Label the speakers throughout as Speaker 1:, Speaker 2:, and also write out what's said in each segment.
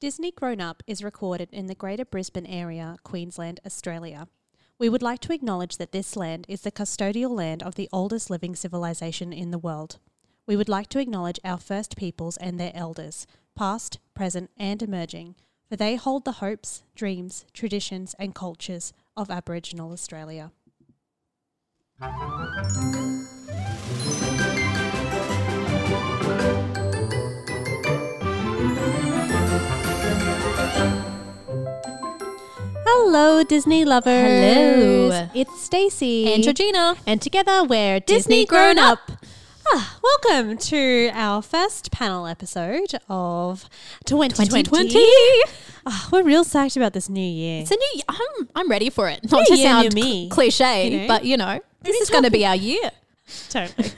Speaker 1: Disney Grown Up is recorded in the Greater Brisbane Area, Queensland, Australia. We would like to acknowledge that this land is the custodial land of the oldest living civilization in the world. We would like to acknowledge our First Peoples and their elders, past, present, and emerging, for they hold the hopes, dreams, traditions, and cultures of Aboriginal Australia. Hello, Disney lovers.
Speaker 2: Hello.
Speaker 1: It's Stacey
Speaker 2: And Georgina.
Speaker 1: and together we're Disney,
Speaker 2: Disney
Speaker 1: Grown
Speaker 2: Grown
Speaker 1: Up.
Speaker 2: Up.
Speaker 1: Ah, welcome to our first panel episode of 2020.
Speaker 2: 2020.
Speaker 1: Ah, we're real psyched about this new year.
Speaker 2: It's a new. I'm I'm ready for it. Not
Speaker 1: New
Speaker 2: to
Speaker 1: year, new
Speaker 2: sound cl-
Speaker 1: me.
Speaker 2: cliche,
Speaker 1: You know?
Speaker 2: but you know, this is going to be our year.
Speaker 1: totally.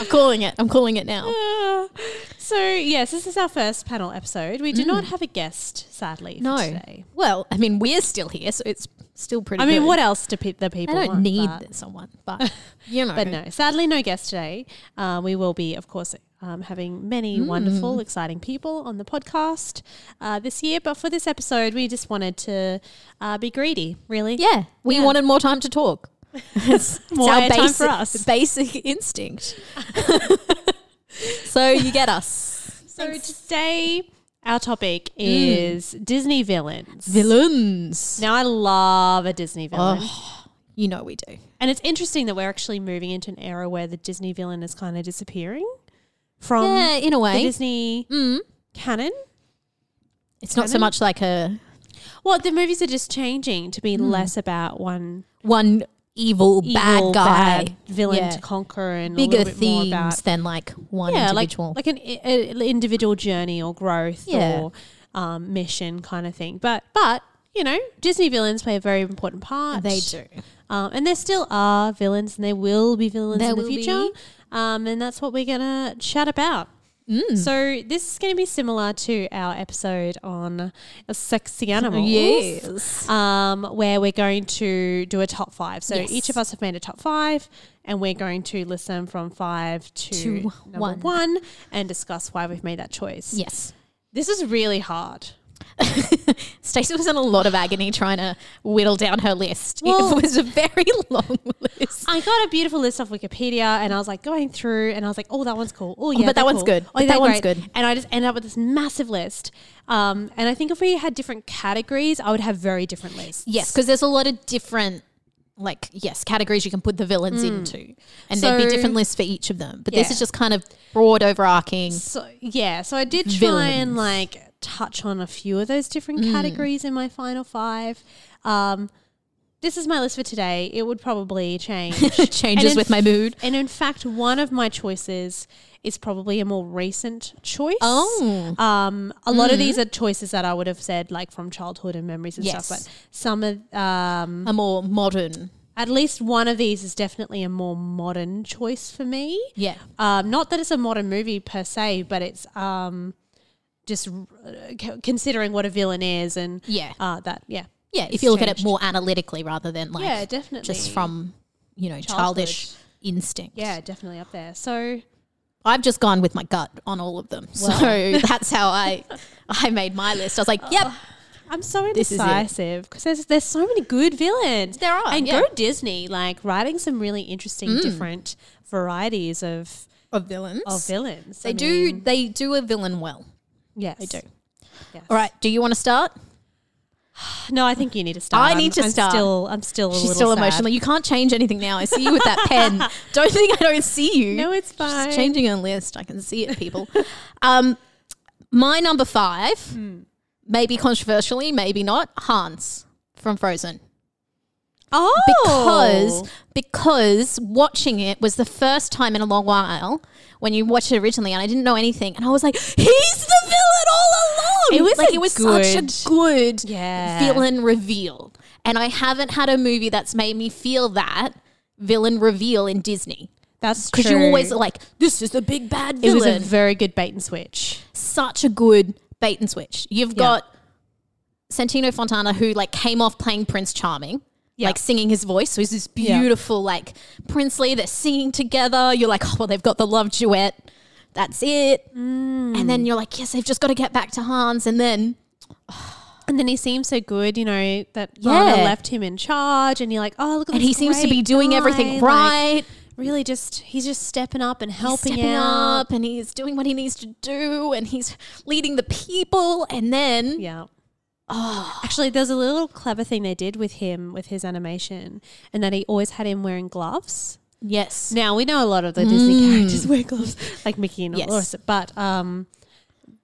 Speaker 2: I'm calling it. I'm calling it now.
Speaker 1: Ah, so, yes, this is our first panel episode. We do not have a guest, sadly, for
Speaker 2: Mm. No.
Speaker 1: today.
Speaker 2: Well, I mean, we're still here, so it's still pretty.
Speaker 1: I mean,
Speaker 2: good.
Speaker 1: what else do pe- the people
Speaker 2: I don't
Speaker 1: want,
Speaker 2: need
Speaker 1: but-
Speaker 2: someone, but you know,
Speaker 1: But no, sadly, no guest today. Uh, we will be, of course, um, having many
Speaker 2: Mm.
Speaker 1: wonderful, exciting people on the podcast uh, this year. But for this episode, we just wanted to uh, be greedy, really.
Speaker 2: yeah, we
Speaker 1: Yeah.
Speaker 2: wanted more time to talk. it's
Speaker 1: More
Speaker 2: our
Speaker 1: airtime
Speaker 2: basic,
Speaker 1: for us.
Speaker 2: basic instinct. so you get us,
Speaker 1: So today, our topic
Speaker 2: Mm.
Speaker 1: is Disney villains.
Speaker 2: villains. Oh,
Speaker 1: Now, I love a Disney villain.
Speaker 2: You know we do.
Speaker 1: And it's interesting that we're actually moving into an era where the Disney villain is kind of disappearing from
Speaker 2: yeah, eh? Mm. in a
Speaker 1: the
Speaker 2: way,
Speaker 1: Disney canon.
Speaker 2: it's not so much like a
Speaker 1: Well, the movies are just changing to be less about one
Speaker 2: one evil,
Speaker 1: evil,
Speaker 2: Mm. bad guy
Speaker 1: bad villain
Speaker 2: Yeah.
Speaker 1: to conquer, and a
Speaker 2: bigger
Speaker 1: little bit more
Speaker 2: themes
Speaker 1: about
Speaker 2: than like one
Speaker 1: yeah, like
Speaker 2: individual.
Speaker 1: like an i- a- individual journey or growth
Speaker 2: Yeah.
Speaker 1: or um, mission kind of thing. But but you know, Disney villains play a very important part.
Speaker 2: they do.
Speaker 1: um, and there still are villains, and there will be villains
Speaker 2: There
Speaker 1: in the
Speaker 2: will
Speaker 1: future.
Speaker 2: be.
Speaker 1: Um, and that's what we're gonna chat about.
Speaker 2: Mm.
Speaker 1: So this is going to be similar to our episode on sexy animals.
Speaker 2: Yes.
Speaker 1: um, where we're going to do a top five. So
Speaker 2: Yes.
Speaker 1: each of us have made a top five, and we're going to listen from five to,
Speaker 2: To
Speaker 1: number one.
Speaker 2: one.
Speaker 1: and discuss why we've made that choice.
Speaker 2: Yes.
Speaker 1: This is really hard.
Speaker 2: Stacey was in a lot of agony trying to whittle down her list.
Speaker 1: Well-
Speaker 2: it was a very long list.
Speaker 1: I got a beautiful list off Wikipedia, and I was like going through, and I was like, "Oh, that one's cool. Oh, yeah,
Speaker 2: but that
Speaker 1: they're
Speaker 2: one's
Speaker 1: cool.
Speaker 2: good.
Speaker 1: Oh, yeah,
Speaker 2: That
Speaker 1: they're
Speaker 2: one's
Speaker 1: great."
Speaker 2: good.
Speaker 1: And I just ended up with this massive list. Um, and I think if we had different categories, I would have very different lists.
Speaker 2: Yes, because there's a lot of different, like, yes, categories you can put the villains into. And there'd
Speaker 1: So-
Speaker 2: be different lists for each of them. But this
Speaker 1: Yeah.
Speaker 2: is just kind of broad, overarching.
Speaker 1: So yeah, so I did try and
Speaker 2: Villains. Mm.
Speaker 1: like touch on a few of those different categories in my final five. Um, this is my list for today. It would probably change. And
Speaker 2: Changes
Speaker 1: in
Speaker 2: with my
Speaker 1: f-
Speaker 2: mood.
Speaker 1: And in fact, one of my choices is probably a more recent choice.
Speaker 2: Oh. Mm.
Speaker 1: Um, a lot of these are choices that I would have said like from childhood and memories and
Speaker 2: Yes.
Speaker 1: stuff. But some of um,
Speaker 2: A more modern.
Speaker 1: at least one of these is definitely a more modern choice for me.
Speaker 2: Yeah.
Speaker 1: Um, not that it's a modern movie per se, but it's um, just uh, c- considering what a villain is and
Speaker 2: Yeah.
Speaker 1: uh, that yeah
Speaker 2: Yeah. If
Speaker 1: it's
Speaker 2: you look at it
Speaker 1: changed.
Speaker 2: more analytically rather than like
Speaker 1: yeah definitely
Speaker 2: just from, you know, childish instinct.
Speaker 1: yeah definitely up there. So
Speaker 2: I've just gone with my gut on all of them. So that's how I I made my list. I was like, yep,
Speaker 1: Oh. I'm so
Speaker 2: This is it.
Speaker 1: indecisive because there's there's so many good villains
Speaker 2: There are,
Speaker 1: and
Speaker 2: yeah. Mm.
Speaker 1: go Disney like writing some really interesting different varieties of
Speaker 2: of villains.
Speaker 1: of villains.
Speaker 2: They
Speaker 1: I
Speaker 2: do
Speaker 1: mean,
Speaker 2: they do a villain well.
Speaker 1: yes
Speaker 2: They do.
Speaker 1: yes.
Speaker 2: All right, do you want to start?
Speaker 1: no I think you need to start.
Speaker 2: I
Speaker 1: I'm-
Speaker 2: need to
Speaker 1: I'm
Speaker 2: start.
Speaker 1: Still I'm still a
Speaker 2: She's
Speaker 1: little
Speaker 2: still
Speaker 1: sad.
Speaker 2: emotional. You can't change anything now. I see you with that pen. Don't think I don't see you.
Speaker 1: No, it's fine.
Speaker 2: She's changing her list. I can see it, people. um, my number five,
Speaker 1: Hmm.
Speaker 2: maybe controversially, maybe not, Hans from Frozen.
Speaker 1: Oh,
Speaker 2: because because watching it was the first time in a long while when you watched it originally, and I didn't know anything, and I was like, "He's the villain all along."
Speaker 1: It was
Speaker 2: like
Speaker 1: a
Speaker 2: it was
Speaker 1: good-
Speaker 2: such a good
Speaker 1: Yeah.
Speaker 2: villain reveal, and I haven't had a movie that's made me feel that villain reveal in Disney
Speaker 1: that's
Speaker 2: because
Speaker 1: true.
Speaker 2: you always are like, "This is the big bad
Speaker 1: it was
Speaker 2: villain."
Speaker 1: a very good bait and switch.
Speaker 2: such a good bait and switch. You've
Speaker 1: Yeah.
Speaker 2: got Santino Fontana who like came off playing Prince Charming.
Speaker 1: Yeah.
Speaker 2: Like singing his voice, so he's this
Speaker 1: Yeah.
Speaker 2: beautiful, like princely. They're singing together. You're like, oh well, they've got the love duet. That's it. And
Speaker 1: Mm.
Speaker 2: then you're like, yes, they've just got to get back to Hans. And then
Speaker 1: And then he seems so good, you know, that Lana
Speaker 2: Yeah.
Speaker 1: left him in charge, and you're like, oh look, at
Speaker 2: and
Speaker 1: this
Speaker 2: he seems to be
Speaker 1: great
Speaker 2: doing
Speaker 1: guy,
Speaker 2: everything
Speaker 1: like,
Speaker 2: right,
Speaker 1: really, just he's just stepping up and
Speaker 2: He's
Speaker 1: helping
Speaker 2: stepping
Speaker 1: out.
Speaker 2: up, and he's doing what he needs to do, and he's leading the people. And then
Speaker 1: Yeah. Oh.
Speaker 2: Ah.
Speaker 1: Actually, there's a little clever thing they did with him with his animation, and that he always had him wearing gloves.
Speaker 2: yes, Mm.
Speaker 1: Now we know a lot of the Disney characters wear gloves, like Mickey and all
Speaker 2: Yes.
Speaker 1: the rest, but um,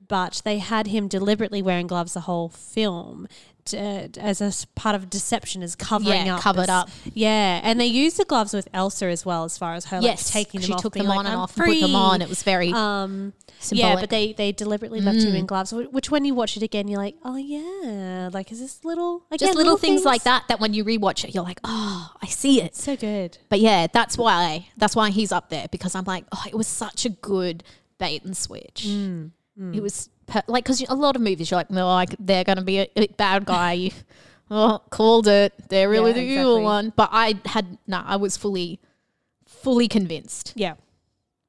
Speaker 1: but they had him deliberately wearing gloves the whole film. to- As a s- part of deception, is covering
Speaker 2: Yeah,
Speaker 1: up,
Speaker 2: covered
Speaker 1: as-
Speaker 2: up.
Speaker 1: yeah. And they used the gloves with Elsa as well, as far as her like
Speaker 2: yes,
Speaker 1: taking them
Speaker 2: she
Speaker 1: off,
Speaker 2: took
Speaker 1: being
Speaker 2: them
Speaker 1: like,
Speaker 2: on and
Speaker 1: "I'm
Speaker 2: off, and put them on.
Speaker 1: free."
Speaker 2: It was very
Speaker 1: Um,
Speaker 2: symbolic. Mm.
Speaker 1: yeah, but they they deliberately left him in gloves. wh- Which when you watch it again, you're like, oh yeah, like is this little again,
Speaker 2: just little, things, like that that when you rewatch it you're like oh i see it
Speaker 1: So good.
Speaker 2: but yeah that's why that's why he's up there because i'm like oh it was such a good bait and switch
Speaker 1: Mm,
Speaker 2: it was per- like because a lot of movies you're like no like they're gonna be a, a bad guy you oh, called it they're really
Speaker 1: Yeah,
Speaker 2: the evil
Speaker 1: exactly.
Speaker 2: one but i had no i was fully fully convinced
Speaker 1: Yeah.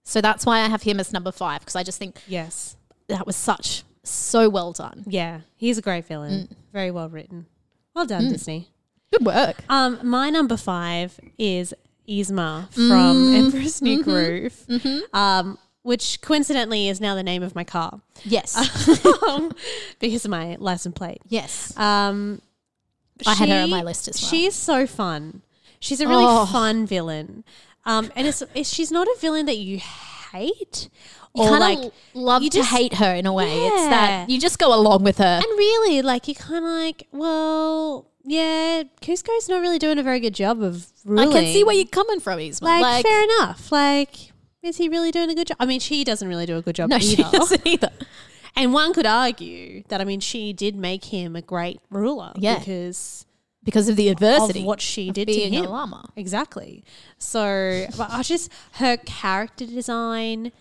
Speaker 2: so that's why i have him as number five because i just think
Speaker 1: Yes.
Speaker 2: that was such so well done
Speaker 1: Yeah. He's a great villain.
Speaker 2: Mm.
Speaker 1: Very well written. Well done, Disney.
Speaker 2: good work
Speaker 1: Um, my number five is
Speaker 2: Mm.
Speaker 1: Yzma from Emperor's New
Speaker 2: Mm-hmm.
Speaker 1: Groove, um, which coincidentally is now the name of my car
Speaker 2: yes
Speaker 1: because of my license plate.
Speaker 2: yes
Speaker 1: Um,
Speaker 2: I had her on my list as well.
Speaker 1: She's so fun. She's a really
Speaker 2: Oh.
Speaker 1: fun villain. Um, and it's, it's she's not a villain that you hate
Speaker 2: you
Speaker 1: or
Speaker 2: kind
Speaker 1: like.
Speaker 2: of love
Speaker 1: you
Speaker 2: to
Speaker 1: just-
Speaker 2: hate her in a way. It's
Speaker 1: Yeah.
Speaker 2: that you just go along with her.
Speaker 1: And really, like you kind of like, well, yeah, Cusco's not really doing a very good job of ruling.
Speaker 2: I can see where you're coming from, Isma.
Speaker 1: like,
Speaker 2: Like,
Speaker 1: fair enough. Like, is he really doing a good job? I mean, she doesn't really do a good job
Speaker 2: no,
Speaker 1: either.
Speaker 2: she doesn't either.
Speaker 1: And one could argue that I mean, she did make him a great ruler.
Speaker 2: Yeah.
Speaker 1: because
Speaker 2: Because of the adversity.
Speaker 1: of what she
Speaker 2: of
Speaker 1: did
Speaker 2: being
Speaker 1: to him.
Speaker 2: a llama.
Speaker 1: Exactly. So, but I just her character design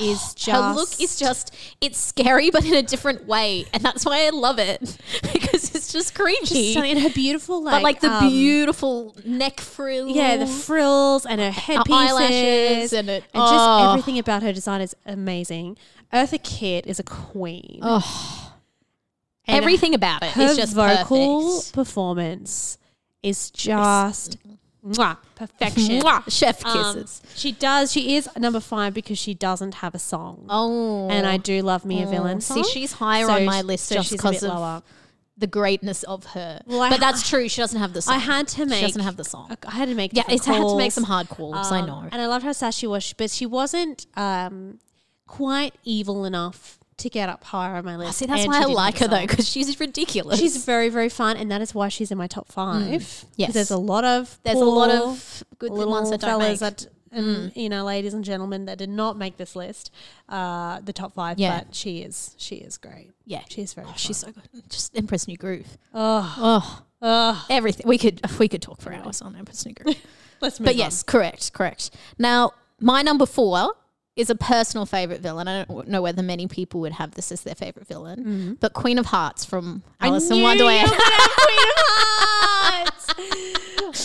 Speaker 1: is just
Speaker 2: Oh, her look is just, it's scary, but in a different way. And that's why I love it. because it's just creepy.
Speaker 1: just something. And her beautiful, like,
Speaker 2: but like the
Speaker 1: um,
Speaker 2: beautiful neck frill.
Speaker 1: Yeah, the frills and her headpieces,
Speaker 2: eyelashes and it-
Speaker 1: just
Speaker 2: oh.
Speaker 1: everything about her design is amazing. Eartha Kitt is a queen. And
Speaker 2: Everything about it
Speaker 1: her
Speaker 2: is just
Speaker 1: vocal
Speaker 2: perfect.
Speaker 1: performance is just mwah, perfection.
Speaker 2: Mwah, chef
Speaker 1: Um,
Speaker 2: kisses.
Speaker 1: she does. She is number five because she doesn't have a song.
Speaker 2: oh.
Speaker 1: and I do love me a villain.
Speaker 2: See,
Speaker 1: song.
Speaker 2: she's higher
Speaker 1: So
Speaker 2: on my
Speaker 1: sh-
Speaker 2: list
Speaker 1: so
Speaker 2: just
Speaker 1: she's a
Speaker 2: because
Speaker 1: bit
Speaker 2: of
Speaker 1: lower.
Speaker 2: the greatness of her.
Speaker 1: Well, I
Speaker 2: but
Speaker 1: ha-
Speaker 2: that's true. She doesn't have the song.
Speaker 1: I had to make.
Speaker 2: She doesn't have the song.
Speaker 1: I had to make.
Speaker 2: Yeah,
Speaker 1: different
Speaker 2: it's, I had to make
Speaker 1: calls.
Speaker 2: some hard calls. I
Speaker 1: Um,
Speaker 2: know.
Speaker 1: And I loved how sassy she was, but she wasn't um, quite evil enough to get up higher on my list.
Speaker 2: See, that's
Speaker 1: and
Speaker 2: why
Speaker 1: she
Speaker 2: I
Speaker 1: didn't
Speaker 2: like her
Speaker 1: have a
Speaker 2: though,
Speaker 1: song.
Speaker 2: because she's ridiculous.
Speaker 1: She's very, very fun, and that is why she's in my top five. 'Cause
Speaker 2: Yes.
Speaker 1: Mm. there's a lot of
Speaker 2: There's a lot
Speaker 1: poor
Speaker 2: of good
Speaker 1: little
Speaker 2: ones that don't
Speaker 1: fellas
Speaker 2: make.
Speaker 1: that, Mm. and, you know, ladies and gentlemen that did not make this list, uh, the top five.
Speaker 2: Yeah.
Speaker 1: But she is, she is great.
Speaker 2: yeah,
Speaker 1: she's very.
Speaker 2: Oh, she's so good. Just Empress New Groove.
Speaker 1: Oh,
Speaker 2: Oh,
Speaker 1: oh,
Speaker 2: everything. We could we could talk for hours on Empress New Groove.
Speaker 1: let's move.
Speaker 2: but
Speaker 1: on.
Speaker 2: yes, correct, correct. Now my number four is a personal favorite villain. I don't know whether many people would have this as their favorite villain, but Queen of Hearts from Alice
Speaker 1: Mm-hmm.
Speaker 2: in
Speaker 1: knew
Speaker 2: Wonderland.
Speaker 1: you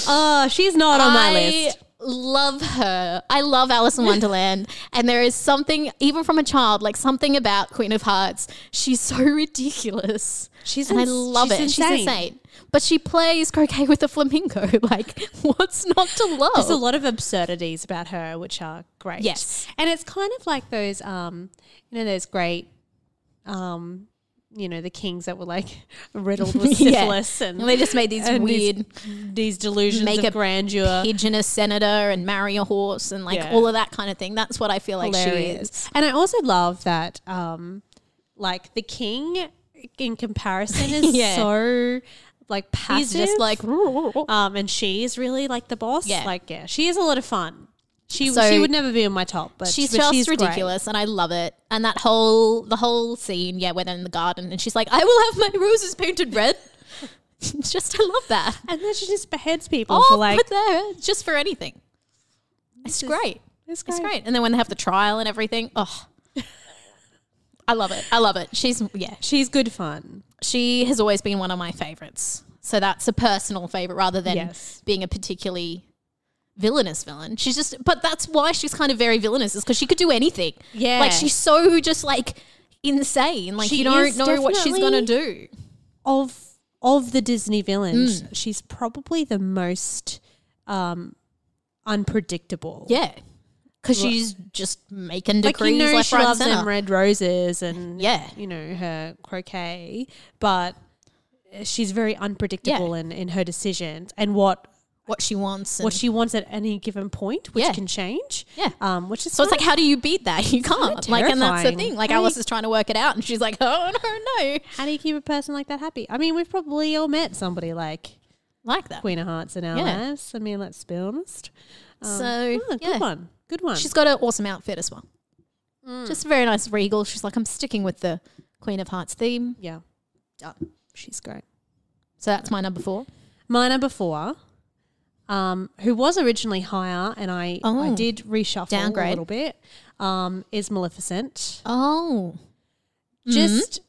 Speaker 1: oh, she's not on my
Speaker 2: I
Speaker 1: list.
Speaker 2: love her. I love Alice in Wonderland. and there is something, even from a child, like something about Queen of Hearts. She's so ridiculous.
Speaker 1: She's
Speaker 2: and I
Speaker 1: ins-
Speaker 2: love
Speaker 1: she's
Speaker 2: it.
Speaker 1: insane.
Speaker 2: She's insane. But she plays croquet with a flamingo. Like, what's not to love?
Speaker 1: There's a lot of absurdities about her, which are great.
Speaker 2: Oh. Yes.
Speaker 1: and it's kind of like those, um, you know, those great, um, you know, the kings that were like riddled with
Speaker 2: Yeah.
Speaker 1: syphilis and
Speaker 2: And they just made these
Speaker 1: and these-
Speaker 2: weird
Speaker 1: these delusions
Speaker 2: Make
Speaker 1: of
Speaker 2: a
Speaker 1: grandeur.
Speaker 2: pigeon a senator and marry a horse and like
Speaker 1: Yeah.
Speaker 2: all of that kind of thing. That's what I feel like she is.
Speaker 1: hilarious. And I also love that, um, like the king in comparison is
Speaker 2: Yeah.
Speaker 1: so like passive.
Speaker 2: He's just like,
Speaker 1: um, and she is really like the boss.
Speaker 2: Yeah.
Speaker 1: like yeah, she is a lot of fun. She
Speaker 2: So-
Speaker 1: she would never be in my top, but
Speaker 2: she's
Speaker 1: but
Speaker 2: just
Speaker 1: great.
Speaker 2: ridiculous and I love it. And that whole the whole scene, yeah, where they're in the garden and she's like, I will have my roses painted red. It's just I love that.
Speaker 1: And then she just beheads people
Speaker 2: Oh,
Speaker 1: for like
Speaker 2: put there just for anything. It's great.
Speaker 1: it's
Speaker 2: It's great. And then when they have the trial and everything, oh I love it. I love it. She's yeah.
Speaker 1: She's good fun.
Speaker 2: She has always been one of my favorites. So that's a personal favorite rather than
Speaker 1: Yes.
Speaker 2: being a particularly villainous villain. She's just but that's why she's kind of very villainous is because she could do anything.
Speaker 1: Yeah.
Speaker 2: Like she's so just like insane. Like
Speaker 1: She
Speaker 2: you don't
Speaker 1: is
Speaker 2: know what she's gonna do.
Speaker 1: Of of the Disney villains, she's probably the most um unpredictable.
Speaker 2: Yeah. Cause she's just making
Speaker 1: Like
Speaker 2: decrees
Speaker 1: you know
Speaker 2: left,
Speaker 1: she
Speaker 2: right, and
Speaker 1: loves
Speaker 2: center.
Speaker 1: them red roses and
Speaker 2: Yeah.
Speaker 1: you know, her croquet, but she's very unpredictable in, in her decisions and what
Speaker 2: what she wants. And
Speaker 1: what she wants at any given point, which
Speaker 2: Yeah.
Speaker 1: can change.
Speaker 2: Yeah.
Speaker 1: Um, which is
Speaker 2: So it's
Speaker 1: fun.
Speaker 2: like, how do you beat that? You
Speaker 1: kinda
Speaker 2: can't. Like, and that's the
Speaker 1: terrifying.
Speaker 2: thing. Like,
Speaker 1: How do
Speaker 2: Alice
Speaker 1: you-
Speaker 2: is trying to work it out, and she's like, oh no, no,
Speaker 1: how do you keep a person like that happy? I mean, we've probably all met somebody like
Speaker 2: like that.
Speaker 1: Queen of Hearts in our
Speaker 2: Yeah.
Speaker 1: lives. I mean, let's be honest. Um,
Speaker 2: So,
Speaker 1: ah, good
Speaker 2: yeah.
Speaker 1: one. Mm. Good one.
Speaker 2: She's got an awesome outfit as well. Just very nice regal. She's like, I'm sticking with the Queen of Hearts theme.
Speaker 1: yeah,
Speaker 2: Done.
Speaker 1: she's great.
Speaker 2: So that's my number four.
Speaker 1: My number four, um, who was originally higher, and I, I
Speaker 2: Oh.
Speaker 1: did reshuffle a
Speaker 2: Downgrade.
Speaker 1: little bit, um, is Maleficent.
Speaker 2: Oh,
Speaker 1: Just,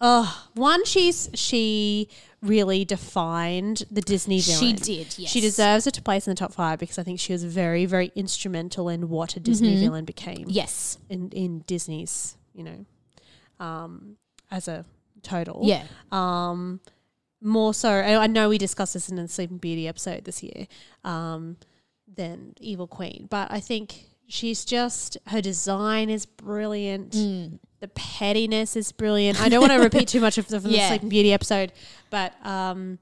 Speaker 1: oh, one, she's she really defined the Disney
Speaker 2: she
Speaker 1: villain.
Speaker 2: did. Yes,
Speaker 1: She deserves it to place in the top five because I think she was very, very instrumental in what a Disney
Speaker 2: Mm-hmm.
Speaker 1: villain became.
Speaker 2: Yes.
Speaker 1: in in Disney's, you know, um, as a total.
Speaker 2: Yeah.
Speaker 1: Um, more so, I I know we discussed this in the Sleeping Beauty episode this year, um, than Evil Queen, but I think she's just her design is brilliant.
Speaker 2: Hmm.
Speaker 1: The pettiness is brilliant. I don't want to repeat too much of the, from the
Speaker 2: Yeah.
Speaker 1: Sleeping Beauty episode, but um,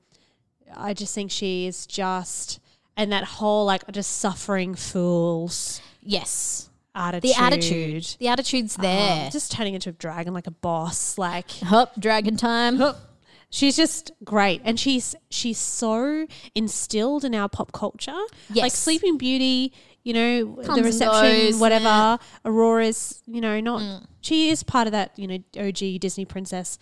Speaker 1: I just think she is just and that whole like just suffering fools
Speaker 2: Yes.
Speaker 1: attitude.
Speaker 2: The attitude. The attitude's there.
Speaker 1: Um, just turning into a dragon like a boss like
Speaker 2: Hop, dragon time.
Speaker 1: she's just great and she's she's so instilled in our pop culture like
Speaker 2: Yes.
Speaker 1: sleeping beauty you know
Speaker 2: Comes
Speaker 1: the
Speaker 2: and
Speaker 1: reception
Speaker 2: goes,
Speaker 1: whatever
Speaker 2: yeah. Mm.
Speaker 1: aurora's you know not she is part of that you know og disney princess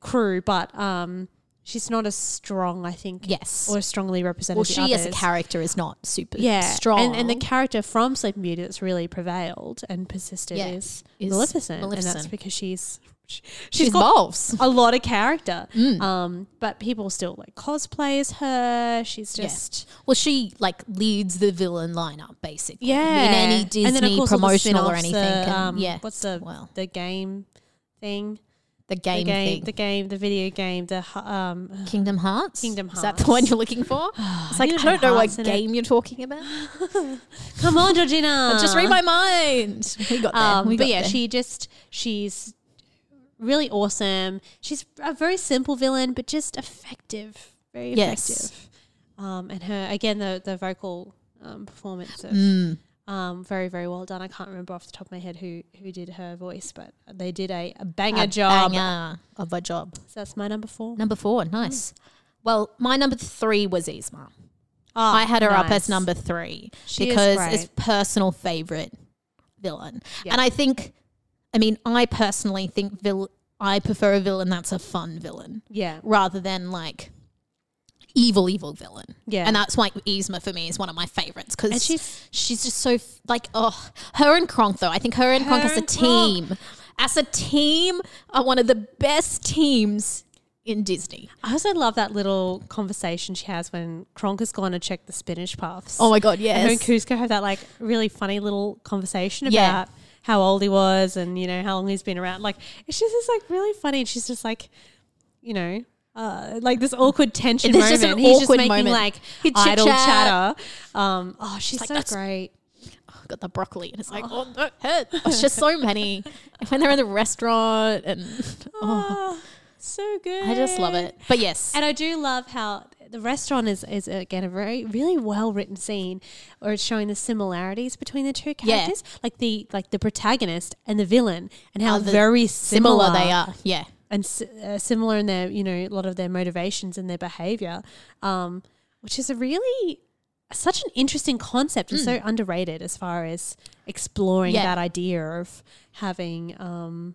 Speaker 1: crew but um she's not as strong i think
Speaker 2: Yes.
Speaker 1: or as strongly represented
Speaker 2: well,
Speaker 1: as the
Speaker 2: she as a
Speaker 1: others.
Speaker 2: character is not super
Speaker 1: yeah
Speaker 2: strong.
Speaker 1: and, and the character from sleeping beauty that's really prevailed and persisted
Speaker 2: Yeah.
Speaker 1: is,
Speaker 2: Is
Speaker 1: maleficent. and that's
Speaker 2: Maleficent.
Speaker 1: because she's she,
Speaker 2: she
Speaker 1: she's got
Speaker 2: evolves.
Speaker 1: a lot of character.
Speaker 2: Mm.
Speaker 1: Um, but people still like cosplay as her. She's
Speaker 2: Yeah.
Speaker 1: just
Speaker 2: Well, she like leads the villain lineup basically.
Speaker 1: yeah,
Speaker 2: in any Disney
Speaker 1: And then, of course, all the
Speaker 2: promotional or
Speaker 1: spin-offs,
Speaker 2: anything.
Speaker 1: the,
Speaker 2: and-
Speaker 1: um,
Speaker 2: yeah,
Speaker 1: what's the
Speaker 2: well
Speaker 1: the game thing?
Speaker 2: the
Speaker 1: The
Speaker 2: game,
Speaker 1: game,
Speaker 2: thing?
Speaker 1: the game, the video game, the hu- um.
Speaker 2: Kingdom Hearts.
Speaker 1: Kingdom
Speaker 2: Is that the
Speaker 1: Hearts.
Speaker 2: one you're looking for? It's like
Speaker 1: You
Speaker 2: I don't know what
Speaker 1: hearts in it.
Speaker 2: game you're talking about.
Speaker 1: Come on, Georgina,
Speaker 2: Just read my mind. We got there.
Speaker 1: Uh. Um,
Speaker 2: we
Speaker 1: but
Speaker 2: got
Speaker 1: yeah,
Speaker 2: there.
Speaker 1: she just she's really awesome. She's a very simple villain, but just effective, very
Speaker 2: Yes.
Speaker 1: effective. Um, and her again the the vocal um, performance of
Speaker 2: Mm.
Speaker 1: um, very very well done. I can't remember off the top of my head who who did her voice, but they did a, a banger
Speaker 2: A
Speaker 1: job.
Speaker 2: banger of a job.
Speaker 1: So that's my number four. Hmm.
Speaker 2: Number four, nice. Well, my number three was Isma.
Speaker 1: Ah,
Speaker 2: I had her up
Speaker 1: nice.
Speaker 2: as number three
Speaker 1: She is
Speaker 2: because
Speaker 1: great.
Speaker 2: it's personal favorite villain, and I think, I mean, I personally think vil- I prefer a villain that's a fun villain.
Speaker 1: Yeah,
Speaker 2: rather than like evil, evil villain.
Speaker 1: Yeah.
Speaker 2: and that's why Yzma for me is one of my favorites
Speaker 1: And
Speaker 2: because
Speaker 1: she's-
Speaker 2: she's she's just so f- like oh her and Kronk though. I think her and Kronk
Speaker 1: Her
Speaker 2: as a
Speaker 1: and Kronk.
Speaker 2: team, as a team, are one of the best teams in Disney.
Speaker 1: I also love that little conversation she has when Kronk has gone to check the spinach puffs.
Speaker 2: Oh my god,
Speaker 1: And her and
Speaker 2: yes.
Speaker 1: Cusco have that like really funny little conversation about
Speaker 2: Yeah.
Speaker 1: how old he was and you know how long he's been around. Like it's just this like really funny. And she's just like, you know, uh, like this awkward tension
Speaker 2: There's
Speaker 1: moment.
Speaker 2: just an
Speaker 1: he's
Speaker 2: awkward
Speaker 1: just making
Speaker 2: moment.
Speaker 1: like
Speaker 2: He'd
Speaker 1: idle
Speaker 2: chit-chat.
Speaker 1: chatter. Um, oh, she's
Speaker 2: like,
Speaker 1: so
Speaker 2: "That's-
Speaker 1: great.
Speaker 2: Got the broccoli, and it's like oh, no, head. It's just so many. And when they're in the restaurant, and oh,
Speaker 1: Oh, so good.
Speaker 2: I just love it. But yes,
Speaker 1: And I do love how the restaurant is, is again a very really well written scene, or it's showing the similarities between the two
Speaker 2: Yeah.
Speaker 1: characters, like the like the protagonist and the villain, and how
Speaker 2: the-
Speaker 1: very
Speaker 2: similar
Speaker 1: similar,
Speaker 2: they are. Yeah,
Speaker 1: and si- uh, similar in their, you know, a lot of their motivations and their behavior, um, which is a really such an interesting concept and so underrated as far as exploring
Speaker 2: Hmm. Yeah.
Speaker 1: that idea of having um,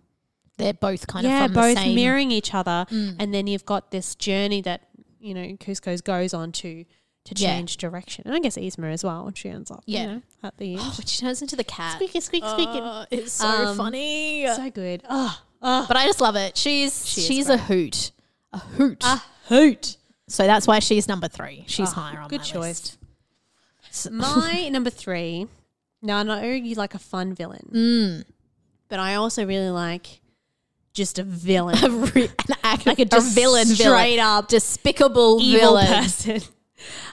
Speaker 2: They're both kind
Speaker 1: yeah,
Speaker 2: of from
Speaker 1: both
Speaker 2: the same. Mm.
Speaker 1: mirroring each other, and then you've got this journey that you know Cusco's goes on to to
Speaker 2: Yeah.
Speaker 1: change direction, and I guess Isma as well when she ends up,
Speaker 2: Yeah.
Speaker 1: you know, at the end.
Speaker 2: Oh, she turns into the cat.
Speaker 1: squeaky, squeak, squeaking,
Speaker 2: Oh, it's so
Speaker 1: Um,
Speaker 2: funny.
Speaker 1: so good. Oh, oh,
Speaker 2: but I just love it. She's
Speaker 1: is Ah.
Speaker 2: she's a hoot, a hoot.
Speaker 1: hoot.
Speaker 2: so that's why she's number three. She's higher on
Speaker 1: Ah, good
Speaker 2: my
Speaker 1: choice.
Speaker 2: list. So-
Speaker 1: My number three. Now I know you like a fun villain,
Speaker 2: Mm.
Speaker 1: but I also really like just a villain,
Speaker 2: a re- an act, like
Speaker 1: a
Speaker 2: a,
Speaker 1: just
Speaker 2: villain,
Speaker 1: straight
Speaker 2: villain. up despicable
Speaker 1: evil
Speaker 2: villain.
Speaker 1: person.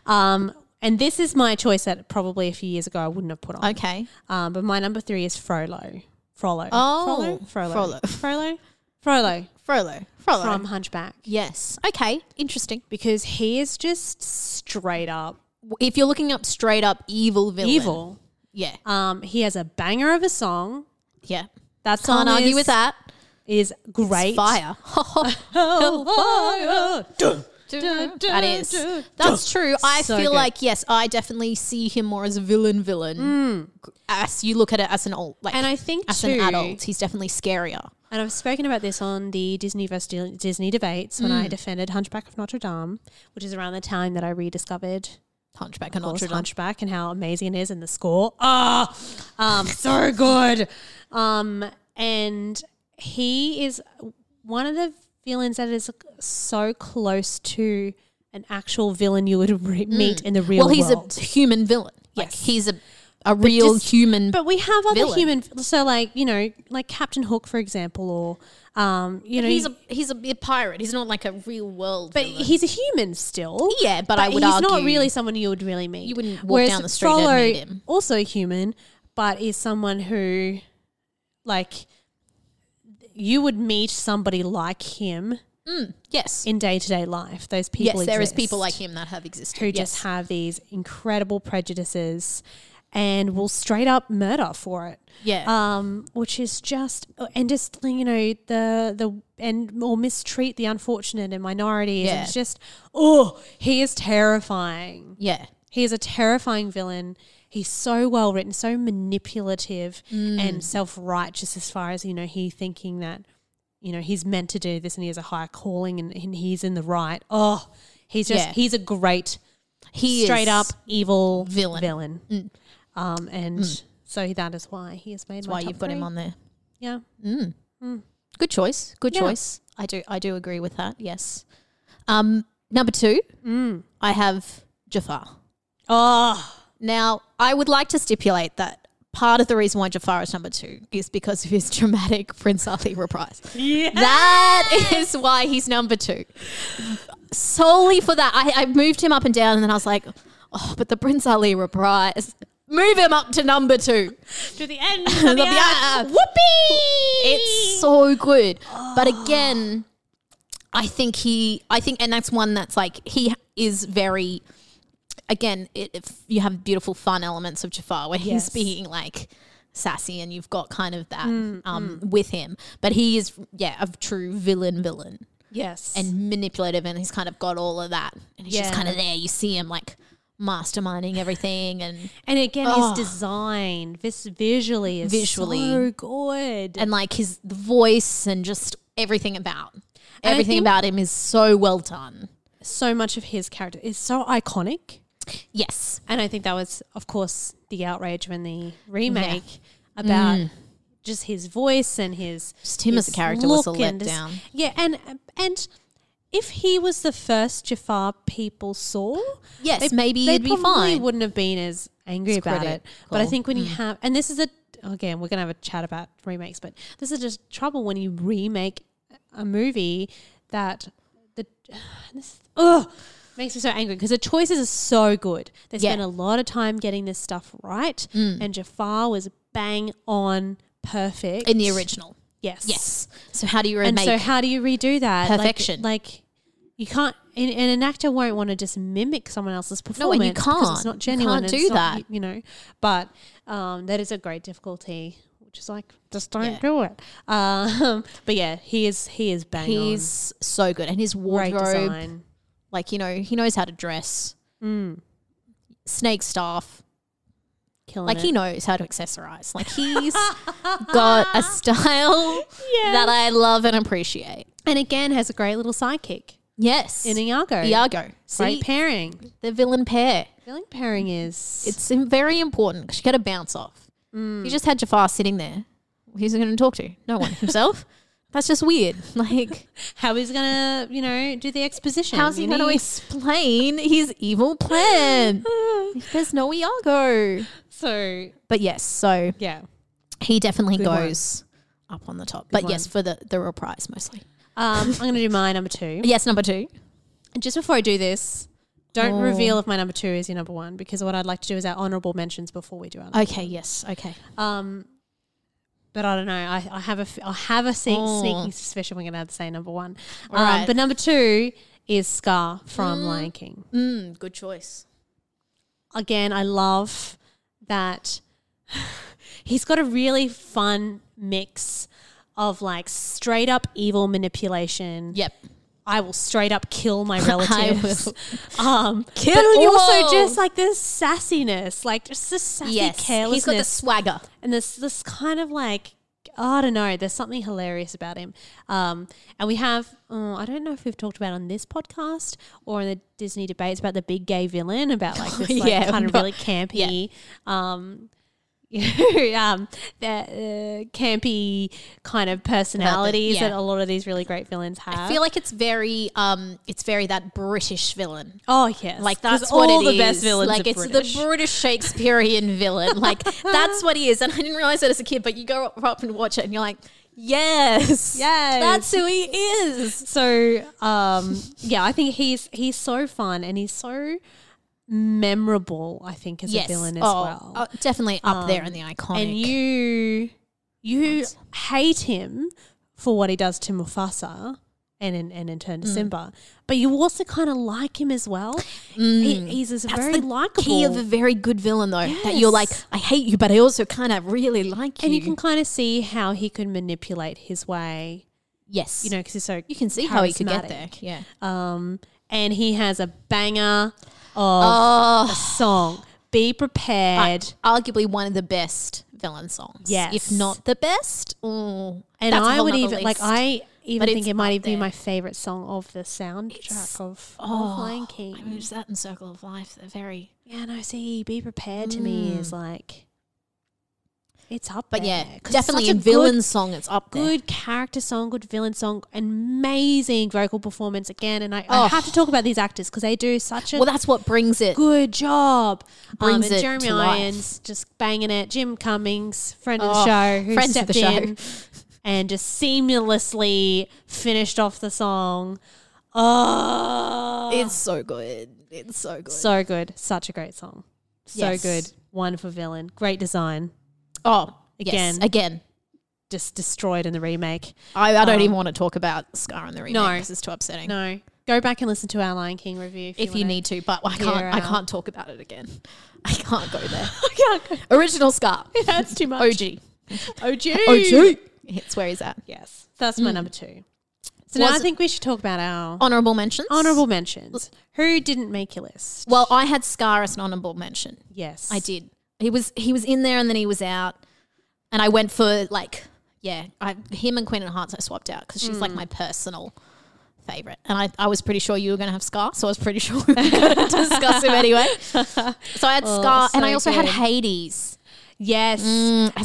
Speaker 1: Um, and this is my choice that probably a few years ago I wouldn't have put on.
Speaker 2: Okay,
Speaker 1: Um, but my number three is Frollo. Frollo.
Speaker 2: Oh,
Speaker 1: Frollo. Frollo.
Speaker 2: Frollo.
Speaker 1: Frollo. Frollo
Speaker 2: Frollo, Frollo.
Speaker 1: from Hunchback
Speaker 2: yes. Okay, interesting.
Speaker 1: because he is just straight up
Speaker 2: If you're looking up straight up evil villain,
Speaker 1: evil.
Speaker 2: Yeah,
Speaker 1: Um, he has a banger of a song.
Speaker 2: yeah.
Speaker 1: That song
Speaker 2: Can't argue
Speaker 1: is,
Speaker 2: with that.
Speaker 1: Is great.
Speaker 2: It's fire.
Speaker 1: Oh, fire.
Speaker 2: That is. That's true. I
Speaker 1: So
Speaker 2: feel
Speaker 1: good.
Speaker 2: like yes, I definitely see him more as a villain villain. As you look at it as an old like
Speaker 1: Mm. And I think
Speaker 2: as
Speaker 1: too-
Speaker 2: an adult, he's definitely scarier.
Speaker 1: And I've spoken about this on the Disney versus Dil- Disney debates when
Speaker 2: Hmm.
Speaker 1: I defended Hunchback of Notre Dame, which is around the time that I rediscovered
Speaker 2: Hunchback and
Speaker 1: course,
Speaker 2: Notre Dame.
Speaker 1: Hunchback and how amazing it is in the score. Ah, um, so good. Um, and he is one of the villains that is so close to an actual villain you would re- meet in the real
Speaker 2: Mm. Well, he's
Speaker 1: world.
Speaker 2: a human villain. Like
Speaker 1: Yes.
Speaker 2: he's a a real
Speaker 1: just-
Speaker 2: human.
Speaker 1: but we have other
Speaker 2: villain.
Speaker 1: human, so like you know, like Captain Hook, for example, or um, you know,
Speaker 2: he's a he's a, pirate. He's not like a real world.
Speaker 1: but he's a human still.
Speaker 2: yeah, but, I would
Speaker 1: he's
Speaker 2: argue
Speaker 1: not really someone you would really meet.
Speaker 2: You wouldn't walk
Speaker 1: Whereas
Speaker 2: down the street and
Speaker 1: Frollo,
Speaker 2: meet him.
Speaker 1: Also human, but is someone who, like, you would meet somebody like him
Speaker 2: yes.
Speaker 1: in day to day life. Those people,
Speaker 2: Yes, there is
Speaker 1: exist
Speaker 2: people like him that have existed.
Speaker 1: who
Speaker 2: yes.
Speaker 1: just have these incredible prejudices and will straight up murder for it.
Speaker 2: yeah.
Speaker 1: Um, which is just and just you know the the and or mistreat the unfortunate and minorities.
Speaker 2: Yeah.
Speaker 1: It's just oh, he is terrifying.
Speaker 2: yeah.
Speaker 1: He is a terrifying villain. He's so well written, so manipulative
Speaker 2: Mm.
Speaker 1: and self righteous as far as, you know, he thinking that, you know, he's meant to do this and he has a higher calling and, and he's in the right. Oh, he's just,
Speaker 2: Yeah.
Speaker 1: he's a great,
Speaker 2: He
Speaker 1: straight
Speaker 2: is-
Speaker 1: up evil
Speaker 2: Villain. Mm.
Speaker 1: villain. Um, and so that is why he has made
Speaker 2: That's
Speaker 1: my
Speaker 2: why
Speaker 1: top
Speaker 2: you've got him
Speaker 1: three.
Speaker 2: on Mm. there.
Speaker 1: Yeah.
Speaker 2: Good choice. Good
Speaker 1: Yeah.
Speaker 2: choice. I do. I do agree with that. Yes. Um, number two, I have Jafar.
Speaker 1: Oh,
Speaker 2: Now, I would like to stipulate that part of the reason why Jafar is number two is because of his dramatic Prince Ali reprise.
Speaker 1: yeah.
Speaker 2: That is why he's number two. Solely for that, I, I moved him up and down, and then I was like, oh, but the Prince Ali reprise. Move him up to number two.
Speaker 1: to the end.
Speaker 2: Of the act.
Speaker 1: Whoopee. Ah.
Speaker 2: It's so good. But again, I think he, I think, and that's one that's like, he is very, again, it, if you have beautiful fun elements of Jafar where
Speaker 1: Yes.
Speaker 2: he's being like sassy and you've got kind of that
Speaker 1: Mm,
Speaker 2: um, with him. But he is, yeah, a true villain, villain
Speaker 1: yes.
Speaker 2: and manipulative and he's kind of got all of that. And he's just
Speaker 1: Yeah.
Speaker 2: kind of there. You see him like masterminding everything and
Speaker 1: And again,
Speaker 2: Oh.
Speaker 1: his design, vis- visually, is
Speaker 2: Visually.
Speaker 1: so good.
Speaker 2: and like his the voice and just everything about
Speaker 1: I
Speaker 2: everything
Speaker 1: think-
Speaker 2: about him is so well done.
Speaker 1: so much of his character is so iconic.
Speaker 2: Yes,
Speaker 1: And I think that was, of course, the outrage when the remake about just his voice and his
Speaker 2: Just Mm. him as
Speaker 1: his
Speaker 2: a character was a
Speaker 1: look and just-
Speaker 2: letdown.
Speaker 1: Yeah, and and if he was the first Jafar people saw,
Speaker 2: Yes, maybe
Speaker 1: they
Speaker 2: it'd be
Speaker 1: probably
Speaker 2: fine.
Speaker 1: Wouldn't have been as angry about it. But I
Speaker 2: critical.
Speaker 1: think when you have, and this is a again, we're gonna have a chat about remakes, but this is just trouble when you remake a movie that the this ugh, makes me so angry because the choices are so good. They
Speaker 2: Yeah. Mm.
Speaker 1: spent a lot of time getting this stuff right, and Jafar was bang on perfect
Speaker 2: in the original.
Speaker 1: Yes,
Speaker 2: Yes. So how do you
Speaker 1: and
Speaker 2: remake?
Speaker 1: so, how do you redo that? Like-
Speaker 2: perfection?
Speaker 1: Like, you can't. And, and an actor won't want to just mimic someone else's
Speaker 2: No,
Speaker 1: performance.
Speaker 2: and you
Speaker 1: because It's
Speaker 2: can't.
Speaker 1: not
Speaker 2: You
Speaker 1: genuine.
Speaker 2: can't
Speaker 1: and
Speaker 2: do
Speaker 1: it's not,
Speaker 2: that.
Speaker 1: You know, but um, that is a great difficulty, which She's like, just don't
Speaker 2: Yeah.
Speaker 1: do it. Um, but yeah, he is he is bang
Speaker 2: He's so good, and his
Speaker 1: on. Great
Speaker 2: wardrobe,
Speaker 1: design.
Speaker 2: like you know, he knows how to dress. Mm. Snake staff,
Speaker 1: Killing
Speaker 2: like
Speaker 1: it.
Speaker 2: he knows how to accessorize. Like he's got a style that I love and appreciate.
Speaker 1: and again has a great little sidekick
Speaker 2: Yes,
Speaker 1: in Iago.
Speaker 2: Iago. See,
Speaker 1: Great pairing.
Speaker 2: the villain pair.
Speaker 1: Villain pairing is
Speaker 2: It's very important because you got to bounce off. You just had Jafar sitting there. Who's he going to talk to? No one. Himself. That's just weird. Like,
Speaker 1: how he's gonna, you know, do the exposition.
Speaker 2: how's he
Speaker 1: You
Speaker 2: going to
Speaker 1: need-
Speaker 2: explain his evil plan? There's no Iago.
Speaker 1: So
Speaker 2: But yes, so
Speaker 1: yeah.
Speaker 2: he
Speaker 1: one.
Speaker 2: definitely goes up on the top. but yes, for the, the real prize mostly.
Speaker 1: Um, I'm going to do my number two.
Speaker 2: Yes, number two.
Speaker 1: And just before I do this, don't
Speaker 2: Oh.
Speaker 1: reveal if my number two is your number one because what I'd like to do is our honourable mentions before we do our.
Speaker 2: Okay, yes, okay.
Speaker 1: Um, but I don't know. I, I have a f- I have a se-
Speaker 2: Oh.
Speaker 1: sneaking suspicion we're going to have to say number one.
Speaker 2: All
Speaker 1: Um,
Speaker 2: right.
Speaker 1: But number two is Scar from Lion King.
Speaker 2: Mm, good choice.
Speaker 1: Again, I love that he's got a really fun mix of like straight up evil manipulation.
Speaker 2: Yep.
Speaker 1: I will straight up kill my relatives. Um,
Speaker 2: Kill
Speaker 1: but
Speaker 2: you
Speaker 1: also
Speaker 2: all.
Speaker 1: just like this sassiness, like just this sassy
Speaker 2: Yes. He's
Speaker 1: carelessness,
Speaker 2: got the swagger.
Speaker 1: and this this kind of like I don't know. There's something hilarious about him. Um, and we have oh, I don't know if we've talked about it on this podcast or in the Disney debates about the big gay villain about like this like,
Speaker 2: Yeah,
Speaker 1: kind of
Speaker 2: but-
Speaker 1: really campy. Um, you know, um, that uh, campy kind of personalities
Speaker 2: yeah.
Speaker 1: that a lot of these really great villains have.
Speaker 2: I feel like it's very um it's very that British villain.
Speaker 1: Oh yes,
Speaker 2: Like
Speaker 1: 'Cause
Speaker 2: that's what
Speaker 1: all
Speaker 2: it
Speaker 1: the best
Speaker 2: is.
Speaker 1: villains.
Speaker 2: Like
Speaker 1: are
Speaker 2: it's
Speaker 1: British.
Speaker 2: the British Shakespearean villain. Like that's what he is. And I didn't realize that as a kid, but you go up and watch it, and you're like, yes,
Speaker 1: Yes.
Speaker 2: that's who he is.
Speaker 1: so um, yeah, I think he's he's so fun and he's so memorable. I think as a
Speaker 2: Yes,
Speaker 1: villain as
Speaker 2: oh,
Speaker 1: well.
Speaker 2: oh, definitely up there in the iconic.
Speaker 1: and you you hate him for what he does to Mufasa. And in, and in turn to Simba, but you also kind of like him as well. He, he's a
Speaker 2: that's
Speaker 1: very
Speaker 2: the
Speaker 1: likable
Speaker 2: key of a very good villain, though. That you're like,
Speaker 1: Yes.
Speaker 2: I hate you, but I also kind of really like you.
Speaker 1: and you can kind of see how he could manipulate his way,
Speaker 2: yes,
Speaker 1: you know, because he's so
Speaker 2: you can see how he could get
Speaker 1: charismatic.
Speaker 2: there. Yeah.
Speaker 1: Um, and he has a banger of
Speaker 2: Oh.
Speaker 1: a song. Be prepared.
Speaker 2: arguably one of the best villain songs.
Speaker 1: Yes.
Speaker 2: if not the best. Ooh,
Speaker 1: and
Speaker 2: that's a
Speaker 1: I
Speaker 2: whole
Speaker 1: would
Speaker 2: nother
Speaker 1: even like
Speaker 2: list.
Speaker 1: I even
Speaker 2: But
Speaker 1: think
Speaker 2: it's
Speaker 1: it might
Speaker 2: up
Speaker 1: even be
Speaker 2: there. oh,
Speaker 1: my favorite song of the soundtrack of, of Lion King.
Speaker 2: I mean, it's that in Circle of Life. They're very.
Speaker 1: yeah, no, see, be prepared to me is like it's up.
Speaker 2: Mm. But
Speaker 1: there,
Speaker 2: yeah,
Speaker 1: 'cause it's
Speaker 2: definitely
Speaker 1: such
Speaker 2: in
Speaker 1: a
Speaker 2: villain
Speaker 1: good-
Speaker 2: song, it's up there.
Speaker 1: Good character song, good villain song, amazing vocal performance again. And I, I
Speaker 2: Oh.
Speaker 1: have to talk about these actors because they do such a
Speaker 2: Well, that's what brings it.
Speaker 1: good job.
Speaker 2: Brings
Speaker 1: um, and
Speaker 2: it
Speaker 1: Jeremy
Speaker 2: to life.
Speaker 1: Irons just banging it. Jim Cummings, friend of the
Speaker 2: Oh,
Speaker 1: show, who
Speaker 2: friend
Speaker 1: stepped
Speaker 2: of the show.
Speaker 1: in and just seamlessly finished off the song. Oh,
Speaker 2: It's so good. It's so good.
Speaker 1: so good. Such a great song. So
Speaker 2: Yes.
Speaker 1: good. Wonderful villain. Great design.
Speaker 2: oh,
Speaker 1: Again.
Speaker 2: again, again.
Speaker 1: Just destroyed in the remake.
Speaker 2: I, I don't
Speaker 1: Um,
Speaker 2: even want to talk about Scar and the remake
Speaker 1: No.
Speaker 2: because it's too upsetting.
Speaker 1: No, go back and listen to our Lion King review if,
Speaker 2: If you
Speaker 1: wanna-
Speaker 2: need to, but I
Speaker 1: hear
Speaker 2: can't. I
Speaker 1: out.
Speaker 2: can't talk about it again. I can't go there.
Speaker 1: I can't go-
Speaker 2: Original Scar,
Speaker 1: That's too much.
Speaker 2: OG,
Speaker 1: OG.
Speaker 2: OG. It's where he's at.
Speaker 1: Yes, that's my number two. So now
Speaker 2: Was-
Speaker 1: I think we should talk about our
Speaker 2: Honorable mentions.
Speaker 1: honorable mentions. Who didn't make your list?
Speaker 2: Well, I had Scar as an honorable mention.
Speaker 1: Yes,
Speaker 2: I did. He was he was in there and then he was out, and I went for like yeah, I, him and Queen and Hearts I swapped out because she's like
Speaker 1: Mm.
Speaker 2: my personal favorite, and I, I was pretty sure you were gonna have Scar, so I was pretty sure we were gonna discuss him anyway. So I had Scar, and I
Speaker 1: Oh, so
Speaker 2: also had
Speaker 1: good. Mm,
Speaker 2: Hades.
Speaker 1: Yes,